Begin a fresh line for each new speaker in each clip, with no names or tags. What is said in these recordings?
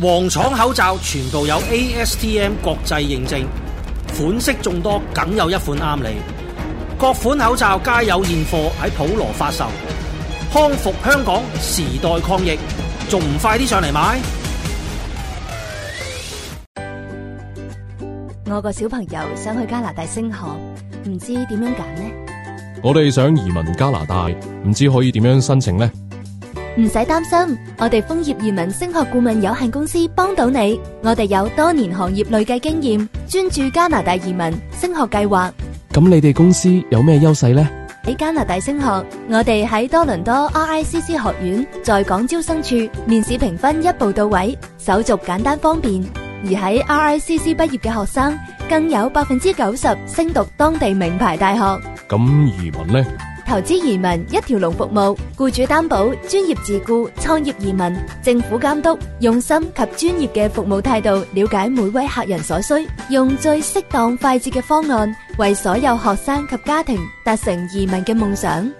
黃廠口罩全部有 ASTM 國際認證，款式眾多，梗有一款啱你。各款口罩皆有現貨喺普羅發售，康復香港，時代抗疫，仲唔快啲上嚟買？
我個小朋友想去加拿大升學，唔知點樣揀呢？
我哋想移民加拿大，唔知可以點樣申請呢？
唔使擔心，我哋楓葉移民升學顧問有限公司幫到你。我哋有多年行業累計經驗，專注加拿大移民升學計劃。
咁你哋公司有咩優勢呢？
喺加拿大升學，我哋喺多倫多 RICC 學院在港招生處面試評分一步到位，手續簡單方便。而喺 RICC 畢業嘅學生，更有百分之九十升讀當地名牌大學。
咁移民呢？
投資移民一條龍服務，僱主擔保、專業自雇、創業移民、政府監督，用心及專業嘅服務態度，了解每位客人所需，用最適當快捷嘅方案，為所有學生及家庭達成移民嘅夢想。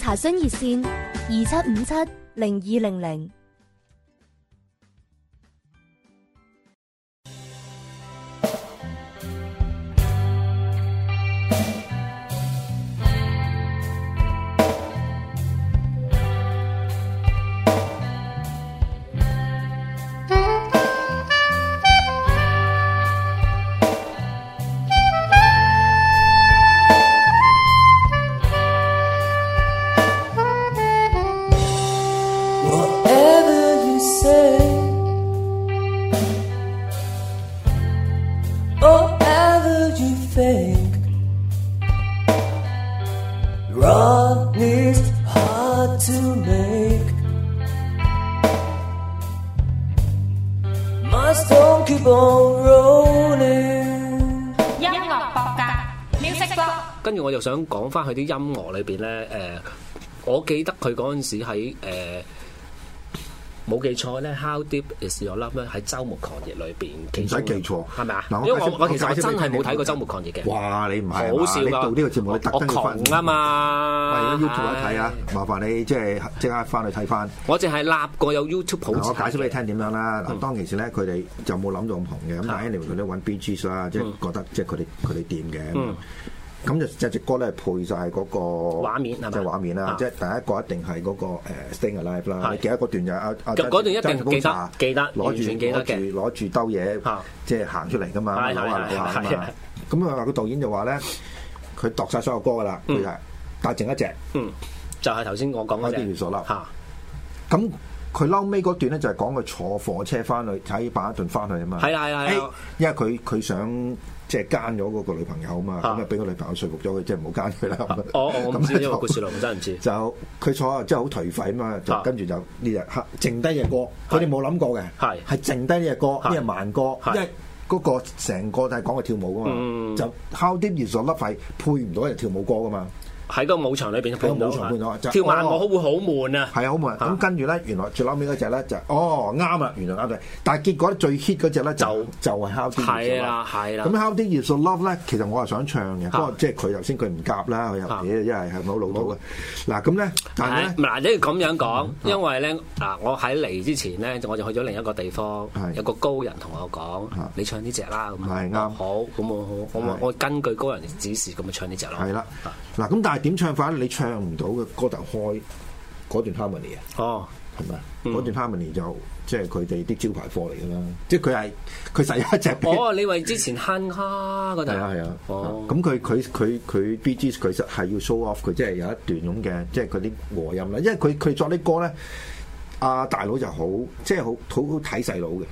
查詢熱線：二七五七零二零零。
Whatever you say, or ever you think, wrong is hard to make. My stone keep on rolling.
音樂博格 music blog，
跟住我又想講翻佢啲音樂裏邊咧，誒、我記得佢嗰陣時喺誒冇記錯咧，How Deep Is Your Love 咧喺週末狂熱裏邊其
唔
中
使
一
記
個，
錯
係咪啊？
嗱我
因為
解釋
我我其實
我
我
解釋
真係
俾你
冇睇
聽
過週末狂熱嘅，
哇！你唔係啊嘛
好笑
你
㗎！
到呢個節目你特
我
登要翻
窮啊嘛，
係 YouTube 一睇啊！麻煩你即係即刻翻去睇翻。
我淨係立過有 YouTube 好
嗱，我解釋俾你
睇
聽點樣啦。嗱，
嗯
當其時咧，佢哋就冇諗到咁紅嘅。咁但係 anyway，佢都揾 B G 啦，即係覺得即係佢哋佢哋掂嘅
嗯。
咁就隻隻歌咧配晒嗰個
畫面係嘛
即係畫面啦
啊。
即係第一個一定係嗰個誒 Staying Alive 啦。
係
你記得嗰段就阿阿
嗰嗰段一定
珍寶
記得
茶
記得
攞
完
住
全記得
攞
嘅
住攞住兜嘢
啊，
即係行出嚟噶嘛，
係
扭下扭下啊
係係係
嘛。咁啊，個導演就話咧，佢度晒所有歌噶啦，佢
嗯
係但係剩一隻。
嗯，就係頭先我講嗰
How Deep
隻
Is Your Love
嚇
咁佢嬲尾嗰段咧就係講佢坐火車翻去喺板頓翻去啊嘛。
係啦係啦係啦
哎因為佢佢想即係奸咗嗰個女朋友啊嘛，
啊
咁啊俾個女朋友說服咗佢，即係唔好奸佢啦。
我啊哦我我唔知
咁
呢
就
個故事內容真係唔知。
就佢坐啊，真係好頹廢啊嘛，就
啊
跟住就呢日黑剩低只歌，佢哋冇諗過嘅，
係
係剩低呢只歌，呢
係
只慢歌，
係
因為嗰個成個都係講佢跳舞噶嘛，
嗯
就 How Deep Is Your Love 係配唔到一隻跳舞歌噶嘛。
喺個舞場裏邊
喺個
配
舞場配到就
跳慢
哦
我會好悶啊！
係啊，好冇人。咁
啊
跟住咧，原來最嬲尾嗰只咧就哦啱啦，原來啱嘅。但係結果最 hit 嗰只咧就
就
就係 How Deep Is Your
係啦
Love
係啦
咁 How Deep Is Your Love 咧，其實我係想唱嘅，不過
啊
即係佢頭先佢唔夾啦，佢又
啊
嘢，一係係咪好老土嘅。嗱咁咧，但係嗯
係
咧
嗱，你要咁樣講，因為咧嗱，我喺嚟之前咧，我就去咗另一個地方
係，
有個高人同我講
啊：
你唱呢只啦，咁
係啱
我好，咁我我我
係
我我根據高人指示咁咪唱呢只咯。
係啦
啊，
嗱咁但係點唱法呢你唱唔到嘅歌頭開嗰段 harmony 啊，
哦，
係咪啊？
嗯
嗰段 harmony 就即係佢哋啲招牌貨嚟㗎啦，即係佢係佢實有一隻俾
哦，你為之前哼哈嗰陣，
係啊係啊，
哦，
咁佢佢佢佢 B G 佢實係要 show off 佢，即係有一段咁嘅，即係佢啲和音啦。因為佢佢作啲歌咧，阿大佬就好，即係好好好睇細佬嘅。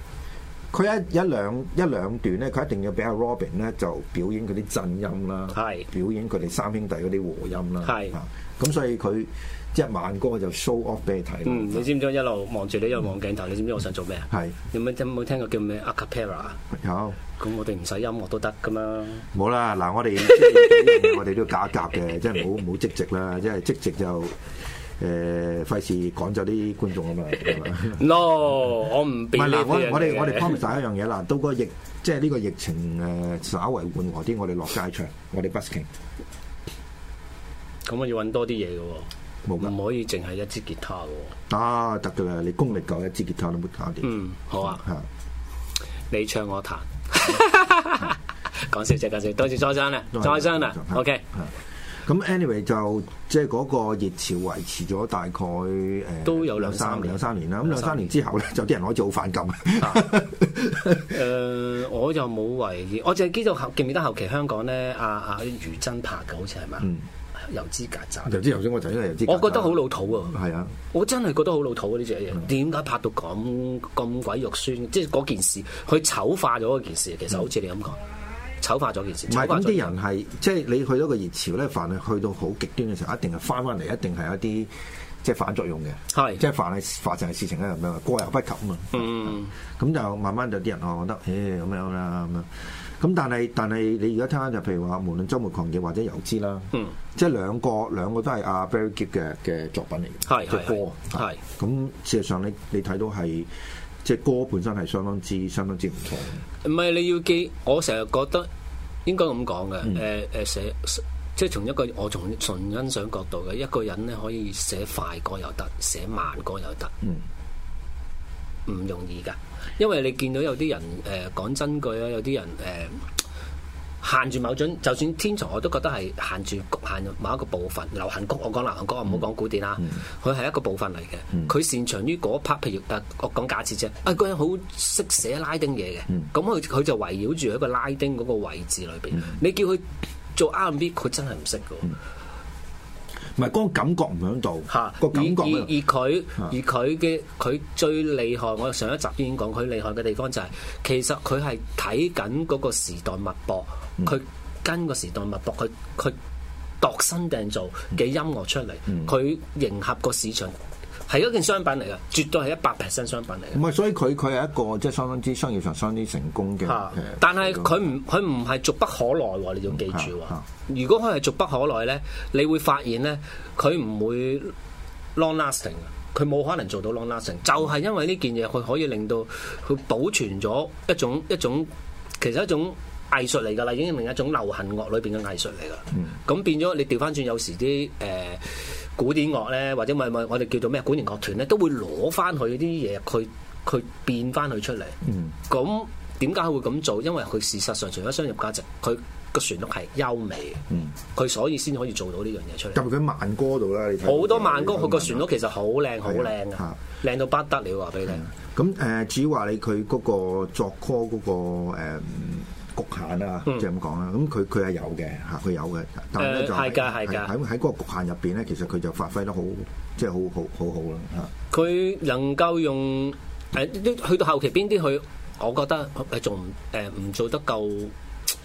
佢一一兩一兩段咧，佢一定要俾阿 Robin 咧就表演佢啲震音啦，
係
表演佢哋三兄弟嗰啲和音啦，
係
啊咁所以佢即係慢歌就 show off 俾你睇啦。
嗯，你知唔知我一路望住你一路望鏡頭，你知唔知我想做咩啊？
係
有冇有冇聽過叫咩 a cappella？啊
有。
咁我哋唔使音樂都得噶嘛。
冇啦，嗱，我哋即係我哋都要夾一夾嘅，即係唔好唔好積極啦，因為積極就誒費事趕走啲觀眾啊嘛，係嘛
No，我唔
唔
俾
係
呢
嗱，我
啲嘢
我哋我哋
嘅
promise 大家一樣嘢啦，到個疫即係呢個疫情誒稍為緩和啲，我哋落街唱，我哋 busking。
咁我要揾多啲嘢嘅喎。
冇㗎
唔可以淨係一支吉他嘅喎。
啊得噶啦，你功力夠一支吉他都冇搞掂。
嗯，好啊，
嚇
你唱我 彈。講笑啫，講笑。多謝再生啦，
都係
再生啦
都係。
OK，
係咁 anyway 就即係嗰個熱潮維持咗大概誒、呃
都有兩三
三
年
兩三年啦。咁
兩
兩
三
三年之後咧，就啲人開始好反感。
誒、我又冇為意，我淨係記得後記唔記得後期香港咧，阿阿余真拍嘅，好似係嘛？
嗯
油脂曱甴。
由之頭先 我就因為由之，
我覺得好老土啊！
係啊，
我真係覺得好老土啊！呢隻
嗯
嘢點解拍到咁咁鬼肉酸？即係嗰件事，佢醜化咗嗰件事。其實好似你咁講，醜化咗件事。
嗯唔係
醜化
咁
咗
啲人係即係你去到個熱潮咧，凡係去到好極端嘅時候，一定係翻翻嚟，一定係一啲即係反作用嘅。
係
即係凡係發生嘅事情咧，咁樣過猶不及啊嘛。
嗯
咁就慢慢就啲人哦我覺得，誒咁樣啦咁樣。咁但係但係你而家聽翻就譬如話，無論周末狂野或者油脂啦，
嗯
即係兩個兩個都係阿 Barry Gibb 嘅嘅作品嚟
係係
嘅，嘅歌
係
啊
係
咁事實上你你睇到係即係歌本身係相當之相當之唔錯嘅。
唔係你要記，我成日覺得應該咁講嘅。誒誒、寫即係從一個我從純欣賞角度嘅一個人咧，可以寫快歌又得，寫慢歌又得。
嗯
唔容易噶，因為你見到有啲人誒講、真句啊，有啲人誒、限住某種，就算天才我都覺得係限住局限某一個部分。流行曲我講流行曲，我唔好講古典啦，佢係、一個部分嚟嘅。佢、擅長於嗰 part，譬如誒我講假設啫，啊嗰人好識寫拉丁嘢嘅，咁佢佢就圍繞住喺個拉丁嗰個位置裏邊，你叫佢做 R&B，佢真係唔識嘅喎。
唔係嗰個感覺唔響度
嚇，，
個感覺
而而
唔響
而佢
啊
而佢嘅佢最厲害，我上一集已經講佢厲害嘅地方就係、其實佢係睇緊嗰個時代脈搏，
嗯
佢、跟個時代脈搏，佢佢度身訂造嘅音樂出嚟，
嗯
佢、迎合個市場係一件商品嚟嘅，絕對係一百 percent 商品嚟
唔
嘅。
係，所以佢佢係一個即係相當之商業上相當之成功嘅。
嚇
誒！
但係佢唔佢唔係俗不可耐喎，你要記住
嚇嚇
喎。如果佢係俗不可耐咧，你會發現咧，佢唔會 long lasting 嘅，佢冇可能做到 long lasting，就係因為呢件嘢，佢可以令到佢保存咗一種一種其實一種藝術嚟㗎啦，已經另一種流行樂裏邊嘅藝術嚟㗎。咁、變咗你調翻轉，有時啲誒、呃古典樂咧，或者咪咪我哋叫做咩管弦樂團咧，都會攞翻佢啲嘢，佢佢變翻佢出嚟。咁點解佢會咁做？因為佢事實上除咗商業價值，佢個旋律係優美嘅，佢、所以先可以做到呢樣嘢出嚟。
特別佢慢歌度啦，你睇到
好多慢歌，佢個旋律其實好靚，好靚
係啊
啊，靚到不得了啊！俾你聽，
咁誒、呃至於話你佢嗰個作歌嗰、個、呃局限啊，
嗯
即係咁講啦。咁佢佢係有嘅嚇，佢有嘅，但係咧
誒
就
係㗎係㗎
喺喺嗰個局限入邊咧，其實佢就發揮得好，即係好好好好啦嚇。
哦佢能夠用誒啲去到後期邊啲佢，我覺得誒仲唔誒唔做得夠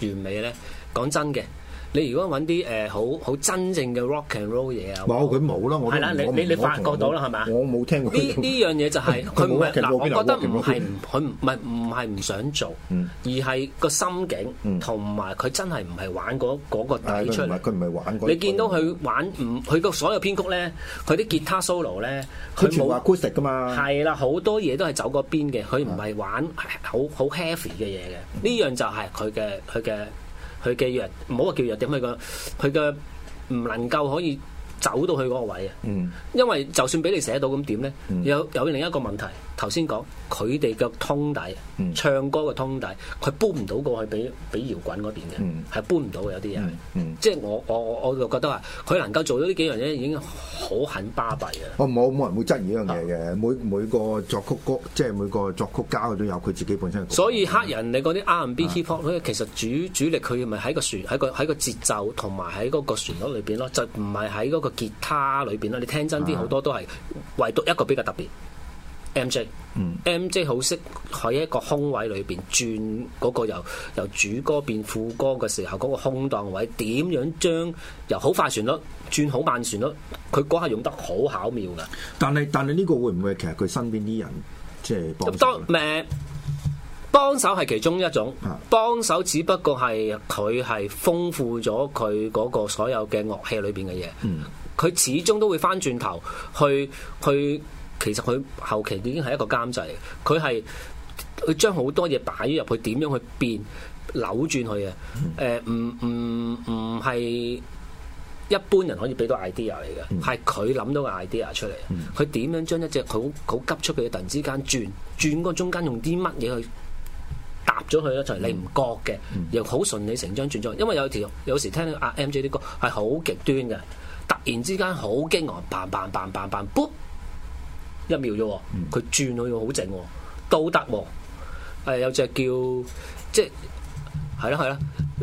完美咧。講真嘅，你如果揾啲誒好好真正嘅 rock and roll 嘢啊，
哦冇佢冇啦，我都
係啦你
我
你你
我
發覺到啦係嘛
我冇聽過
呢呢樣嘢就 係佢唔係
冇 rock and
嗱，
roll，
我
邊
覺
有
得
rock and
唔
roll？
係唔佢唔係唔係唔想做，
嗯
而係個心境
嗯
同埋佢真係唔係玩嗰嗰個
但
底
係
出
佢唔
嚟
係。佢唔係玩嗰
你見到佢玩唔佢個所有編曲咧，佢啲吉他 solo 咧，佢
佢全部
冇
acoustic 㗎嘛，
係啦，好多嘢都係走嗰邊嘅，佢
啊
唔係玩好好 heavy 嘅嘢嘅。呢樣就係佢嘅佢嘅佢嘅弱，唔好話叫弱點，佢個佢嘅唔能夠可以走到去嗰個位啊。
嗯
因為就算俾你寫到咁點咧，有有另一個問題。頭先講佢哋嘅通底，
嗯
唱歌嘅通底，佢搬唔到過去俾俾搖滾嗰邊嘅，係、
嗯
搬唔到嘅有啲嘢係。
嗯嗯
即係我我我我就覺得話，佢能夠做到呢幾樣嘢已經好很巴閉啊嘅。
我哦冇冇人會質疑呢樣嘢
啊
嘅，每每個作曲歌即係每個作曲家佢都有佢自己本身嘅。
所以黑人你嗰啲 R&B
啊
hip hop 咧，其實主主力佢咪喺個旋喺個喺個節奏同埋喺嗰個旋律裏邊咯，就唔係喺嗰個吉他裏邊咯。你聽真啲
啊
好多都係，唯獨一個比較特別。M J，
嗯
m J 好識喺一個空位裏邊轉嗰個由由主歌變副歌嘅時候，嗰、個空檔位點樣將由好快旋律轉好慢旋律，佢嗰下用得好巧妙㗎。
但係但係呢個會唔會其實佢身邊啲人即係幫
咁
手
當
咧？
誒幫手係其中一種
啊，
幫手只不過係佢係豐富咗佢嗰個所有嘅樂器裏邊嘅嘢，
嗯
佢、始終都會翻轉頭去去，其實佢後期已經係一個監製，佢係佢將好多嘢擺入去，點樣去
嗯
變扭轉佢嘅，誒唔唔唔係。一般人可以俾到 idea 嚟嘅，係佢諗到個 idea 出嚟。佢點樣將一隻好好急促嘅嘢突然之間轉轉嗰個中間用啲乜嘢去？搭咗佢一就係你唔覺嘅，又好順理成章轉咗。因為有條有時聽到阿 MJ 啲歌係好極端嘅，突然之間好激昂，bang bang bang bang bang，卜一秒啫喎，佢轉佢好靜喎，都得喎。誒有隻叫即係係啦係啦，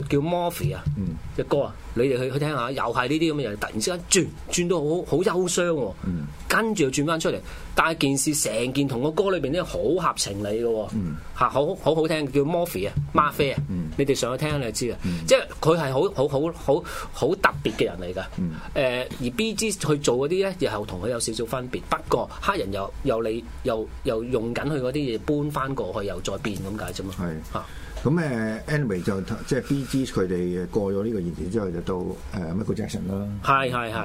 叫 Morphy 啊
嗯
只歌啊，你哋去去聽下，又係呢啲咁嘅人，突然之間轉轉到好好憂傷喎、
嗯
跟住又轉翻出嚟，但係件事成件同個歌裏邊咧好合情理嘅喎、
嗯
嚇好好好聽，叫 Morphy 啊，馬啡啊，
嗯
你哋上去聽你就知啦。即係佢係好好好好好特別嘅人嚟㗎。誒、
嗯
而 B G 去做嗰啲咧，又係同佢有少少分別。不過黑人又又你又又用緊佢嗰啲嘢搬翻過去，又再變咁解啫嘛。
係
嚇
咁誒，anyway 就即係 B G 佢哋過咗呢個現時之後，就到誒 Michael Jackson 啦。
係係係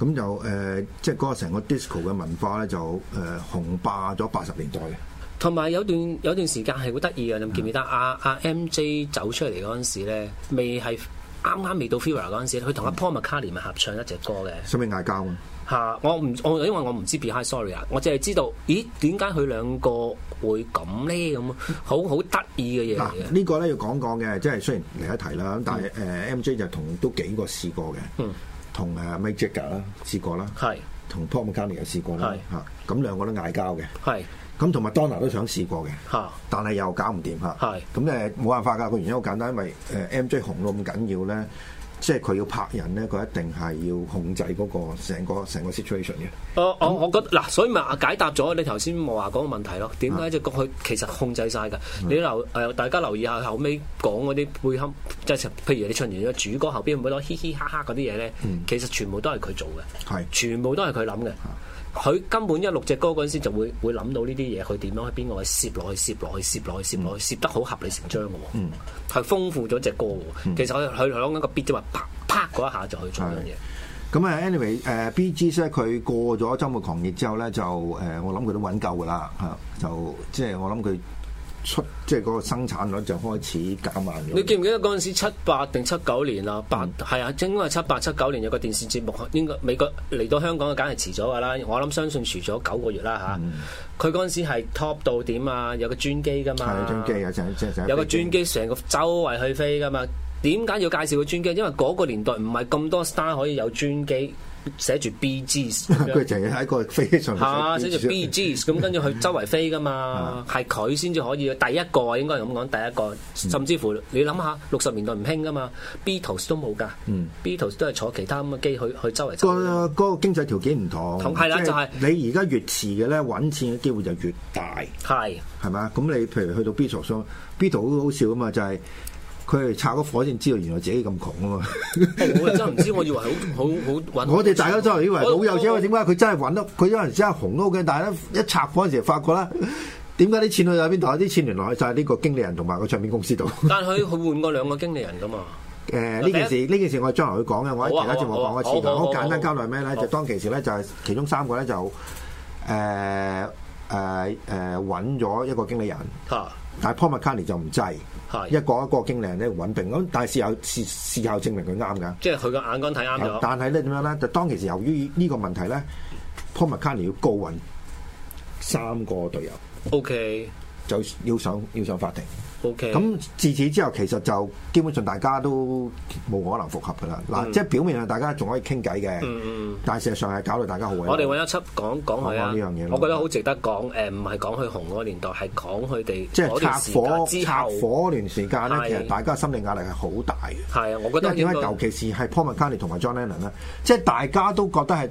咁就誒、呃即係嗰個成個 disco 嘅文化咧，就誒、呃、紅霸咗八十年代嘅。
同埋有段有段時間係好得意嘅，你記唔記得阿阿 M J 走出嚟嗰陣時咧，未係啱啱未到 Fever 嗰陣時，佢同阿 Paul McCartney 咪合唱一隻歌嘅
使唔使嗌交啊？
嚇、我唔我因為我唔知 Behind Sorry 啊，我淨係知道，咦點解佢兩個會咁咧？咁好好得意嘅嘢嚟
嗱，
嘅。
呢個咧要講講嘅，即係雖然嚟一題啦，咁但係誒 M J 就同都幾個試過嘅
嗯，
同誒 Mick Jagger 啦試過啦，
係
同 Paul McCartney 又試過啦
係，
嚇咁兩個都嗌交嘅，
係
咁同埋 Donna 都想試過嘅。
嚇
但係又搞唔掂嚇。
係
咁誒冇辦法㗎，個原因好簡單，因為誒 MJ 紅到咁緊要咧，即係佢要拍人咧，佢一定係要控制嗰個成個成個 situation 嘅。
我我哦我覺得嗱，所以咪解答咗你頭先我話嗰個問題咯。點解只局佢其實控制晒㗎？你留誒、大家留意下後尾講嗰啲配音，即係譬如你唱完咗主歌後邊會攞嘻嘻哈哈嗰啲嘢咧，其實全部都係佢做嘅，
係
全部都係佢諗嘅。佢根本一錄隻歌嗰陣時就會會諗到呢啲嘢，佢點樣喺邊個位攝落去、攝落去、攝落去、攝落去，攝得好合理成章嘅喎，係豐富咗隻歌嘅喎。其實佢佢講緊個 beat 啫嘛，啪啪嗰一下就去做呢樣嘢。
咁啊，anyway，誒 B G 咧，佢過咗周末狂熱之後咧，就誒、我諗佢都揾夠噶啦嚇，就即係我諗佢出即係嗰個生產率就開始減慢咗。
你記唔記得嗰陣時七八定七九年啊？八
嗯
係啊，應該係七八七九年有個電視節目，應該美國嚟到香港嘅梗係遲咗㗎啦。我諗相信遲咗九個月啦
嗯
吓，佢嗰陣時係 top 到點啊？有個專機㗎嘛，
係專機啊，就係即係
有個專機成個周圍去飛㗎嘛。點解要介紹個專機？因為嗰個年代唔係咁多 star 可以有專機寫住 BG 咁樣
佢就係喺啊個飛機上面
啊嚇，寫住 B
寫
G 咁，跟住佢周圍飛噶
啊
嘛，係佢先至可以第一個啊，應該係咁講，第一個，
嗯
甚至乎你諗下，六十年代唔興噶嘛，Beatles 都冇噶
嗯
，Beatles 都係坐其他咁嘅機去去周圍走。
個嗰個經濟條件唔同，
同係啦
即
就係
你而家越遲嘅咧，揾錢嘅機會就越大。
係
係咪啊？咁你譬如去到 Beatles 上，Beatles 好好笑啊嘛，就係佢哋拆咗火先知道原來自己咁窮 啊嘛。
我真係唔知，我以為好好好揾。
我哋大家都以為
我
老有錢，
我
點解佢真係揾得？佢有陣時真係紅都好緊，但係咧一拆火嗰陣時發覺咧，點解啲錢去咗邊度？啲錢原來去晒呢個經理人同埋個唱片公司度。
但係佢佢換過兩個經理人噶嘛。
誒呢件事呢件事我係將來會講嘅，我喺其他節目講一次
好
嘅。
啊好啊好啊好啊
好簡單交代咩
好
咧？就當其時咧，就係其中三個咧就誒誒誒揾咗一個經理人，
嚇
但係 Paul McCartney 就唔制。一
係，
個一個經理人咧穩定咁，但係事後事事後證明佢啱㗎。
即係佢個眼光睇啱咗。
但係咧點樣咧？就當其時由於呢個問題咧，Paul McCartney 要告運三個隊友，
O K
就要上要上法庭。
O K，
咁自此之後，其實就基本上大家都冇可能復合㗎啦。嗱、
嗯
即係表面上啊大家仲可以傾偈嘅，
嗯嗯。
但係事實上係搞到大家好
我哋揾一輯講講佢啊
哦講講呢樣嘢，咯
我覺得好值得講。誒，唔係講佢紅嗰個年代，係講佢哋
即
嗰段
係拆
時
火
間之
拆
後。
火嗰段時間
係
咧，其實大家心理壓力係好大嘅。
係啊，我覺
因
得
為點
應
解
該
尤其是係 Paul McCartney 同埋 John Lennon 咧，即係大家都覺得係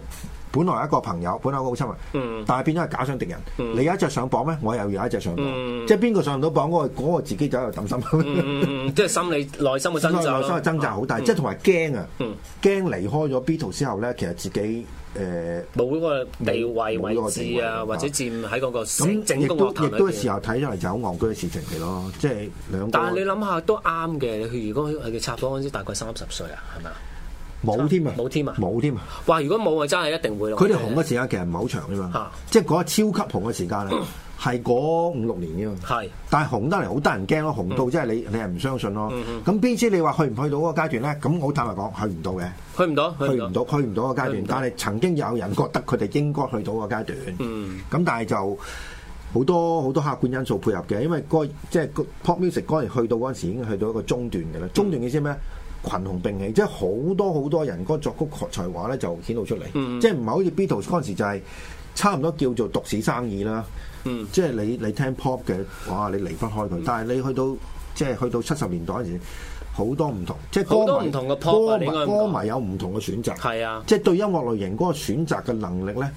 本來一個朋友，本來一個好親密，
嗯
但係變咗係假想敵人。你有一隻上榜咩？我又有一隻上榜，
嗯
即係邊個上唔到榜嗰、個嗰個自己就喺度抌心。
嗯嗯即係心理內心嘅
所
掙
以
扎
內
咯
心嘅掙扎好大，即係同埋驚啊
嗯！
驚離開咗 Beatles 之後咧，其實自己呃誒。
冇嗰個地位
冇冇嗰個
位
地
置
位
啊，
啊
或者佔喺嗰個整
咁
整
亦
個
都
樂
亦
壇裏
都係時
邊。
候睇咗嚟就好戇居嘅事情嚟咯，即係兩個。
但係你諗下都啱嘅，佢如果佢哋插火嗰陣時大概三十歲啊，係咪啊？
冇添啊，
冇添啊
冇添啊！
哇！如果冇啊，真係一定會咯。
佢哋紅嘅時間其實唔係好長啫嘛
啊，
即係嗰個超級紅嘅時間咧，係嗰五六年啫嘛。
係
但係紅得嚟好得人驚咯，紅到
嗯
即係你你係唔相信咯。咁邊知你話去唔去到嗰個階段咧？咁我好坦白講，去唔到嘅，
去唔到，
去唔。到，去唔到個階
去
段
唔。到
但係曾經有人覺得佢哋應該去到個階段。
嗯，
咁但係就好多好多客觀因素配合嘅，因為嗰即係個 pop music 嗰陣去到嗰陣時已經去到一個中段嘅啦。
嗯
中段嘅意思係咩？群雄並起，即係好多好多人嗰個作曲才華咧就顯露出嚟，
嗯
即係唔係好似 Beatles 嗰陣時就係差唔多叫做獨市生意啦。
嗯
即係你你聽 pop 嘅，哇！你離不開佢，但係你去到即係去到七十年代嗰陣時，好多唔同，即係
好
歌
多
迷
唔同嘅 pop 啊
歌迷
你應該咁
歌
講
迷有唔同嘅選擇。
係啊，
即係對音樂類型嗰個選擇嘅能力咧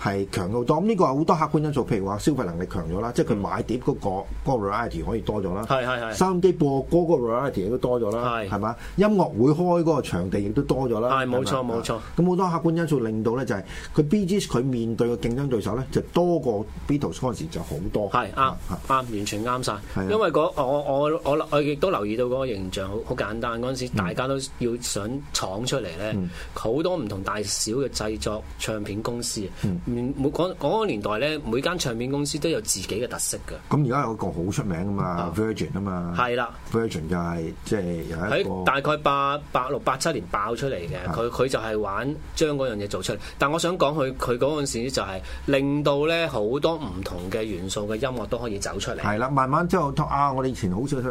係強好多。咁呢個好多客觀因素，譬如話消費能力強咗啦，即係佢買碟嗰、個嗰個 variety 可以多咗啦。
係係係
收音機播歌嗰個 variety 亦都多咗啦，
係
係嘛？音樂會開嗰個場地亦都多咗啦，
係冇錯
係咪啊
冇錯
咁好多客觀因素令到咧就係佢 B G 佢面對嘅競爭對手咧就多過 Beatles 嗰陣時就好多。
係啱
嚇
啱，完全啱晒
係啊。
因為嗰我我我我亦都留意到嗰個形象好好簡單。嗰陣時大家都要想闖出嚟咧
嗯，
好多唔同大小嘅製作唱片公司啊。
嗯
每嗰嗰個年代咧，每間唱片公司都有自己嘅特色嘅。
咁而家有一個好出名噶嘛，Virgin 啊嘛，
係啦。
Virgin 就係即係有一個
喺
嗯
大概八八六八七年爆出嚟嘅，佢佢就係玩將嗰樣嘢做出嚟。但我想講佢佢嗰陣時就係令到咧好多唔同嘅元素嘅音樂都可以走出嚟。
係啦，慢慢之後啊，我哋以前好少睇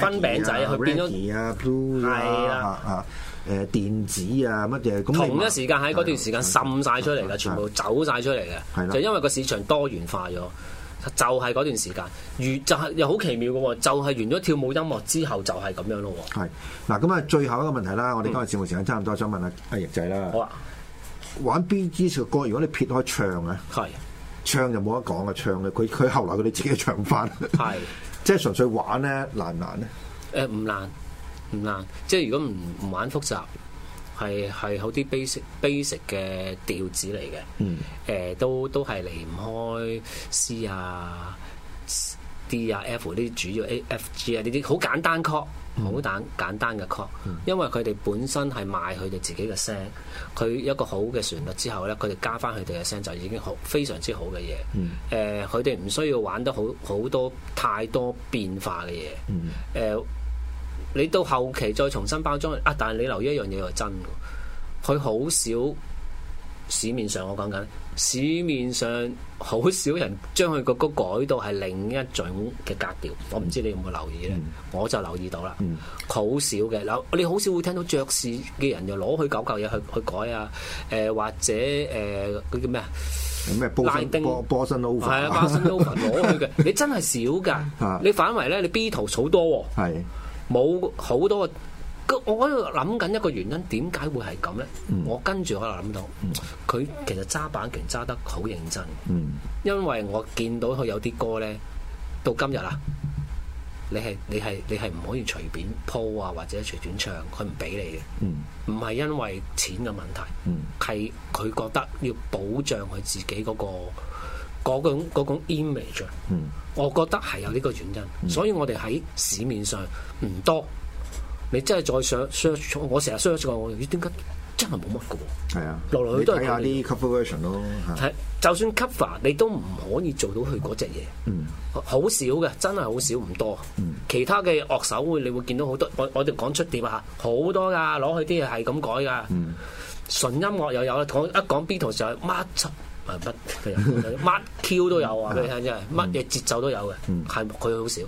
分餅仔佢變咗
reggae 啊、blues
係
啊、
啦
啊誒電子啊乜嘢咁你
同一時間喺嗰段時間滲晒出嚟
係
嘅，全部走晒出嚟
係
嘅，
啦
就因為個市場多元化咗。就係嗰段時間，完就係又好奇妙嘅喎，就係完咗跳舞音樂之後就係咁樣咯
係嗱咁啊，最後一個問題啦，我哋今日節目時間差唔多，想問下阿翼仔啦
喎。好，啊，
玩 B G 嘅歌，如果你撇開唱啊，
係
唱就冇得講啊，唱嘅佢佢後來佢哋自己唱翻，
係
即係純粹玩咧難唔難咧？
誒呃唔難唔難，即係如果唔唔玩複雜，係係好啲 basic basic 嘅調子嚟嘅。
嗯，
誒、都都係離唔開 C 啊、D 啊、F 呢啲主要 A、F、G 啊呢啲好簡單 call，好簡簡單嘅 call，因為佢哋本身係賣佢哋自己嘅聲，佢一個好嘅旋律之後咧，佢哋加翻佢哋嘅聲就已經好非常之好嘅嘢。誒、呃佢哋唔需要玩得好好多太多變化嘅嘢。誒、呃你到後期再重新包裝啊，但係你留意一樣嘢係真嘅，佢好少。市面上我講緊，市面上好少人將佢個歌改到係另一種嘅格調。我唔知你有冇留意咧，我就留意到啦，好、少嘅。嗱，你好少會聽到爵士嘅人就攞佢九嚿嘢去去改啊，誒、或者誒嗰啲叫咩啊？
有咩波
拉
身
丁
波波身 over
係啊 b o s s o v 攞佢嘅，你真係少
啊
㗎。你反為咧，你 B 圖好多喎。
係
冇好多個。個我喺度諗緊一個原因，點解會係咁咧？我跟住我就諗到，佢其實揸版權揸得好認真，
嗯
因為我見到佢有啲歌咧，到今日啊，你係你係你係唔可以隨便鋪啊，或者隨便唱，佢唔俾
嗯
你嘅，唔係因為錢嘅問題，
嗯
係佢覺得要保障佢自己嗰、個嗰種嗰種 image 啊。
嗯
我覺得係有呢個原因，所以我哋喺市面上唔多。你真係再上 search，我成日 search 過，我咦點解真係冇乜嘅喎？
係啊，
來來去
你
去都係
睇下
佢
啲 cover version 咯嚇
睇就算 cover 你都唔可以做到佢嗰只嘢，
嗯
好少嘅，真係好少唔多。其他嘅樂手會，你會見到好多，我我哋講出碟啊，好多噶，攞佢啲嘢係咁改噶。
嗯
純音樂又有啦，講一講 B 圖就係乜柒唔係乜佢又 乜 Q 都有啊！俾你聽真係乜
嗯
嘢節奏都有嘅，係佢好少。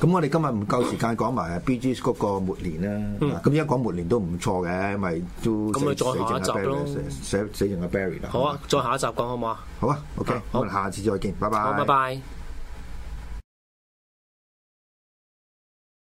咁我哋今日唔夠時間講埋 B G 嗰個末年啦，咁而家講末年都唔錯嘅，因為都
嗯咁咪再下一集咯
死死剩阿 Barry 啦。
好啊，再下一集講好唔好啊？
好啊，OK，
啊
咁
好
我哋下次再見，拜拜。
好，拜拜。